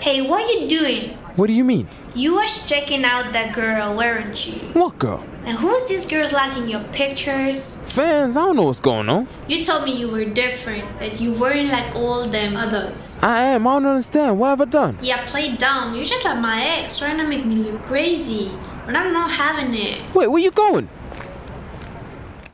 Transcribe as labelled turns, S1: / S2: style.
S1: Hey, what you doing?
S2: What do you mean?
S1: You was checking out that girl, weren't you?
S2: What girl?
S1: And who is this girl like in your pictures?
S2: Fans, I don't know what's going on.
S1: You told me you were different, that you weren't like all them others.
S2: I am. I don't understand. What have I done?
S1: Yeah, play down. You're just like my ex, trying to make me look crazy. But I'm not having it.
S2: Wait, where you going?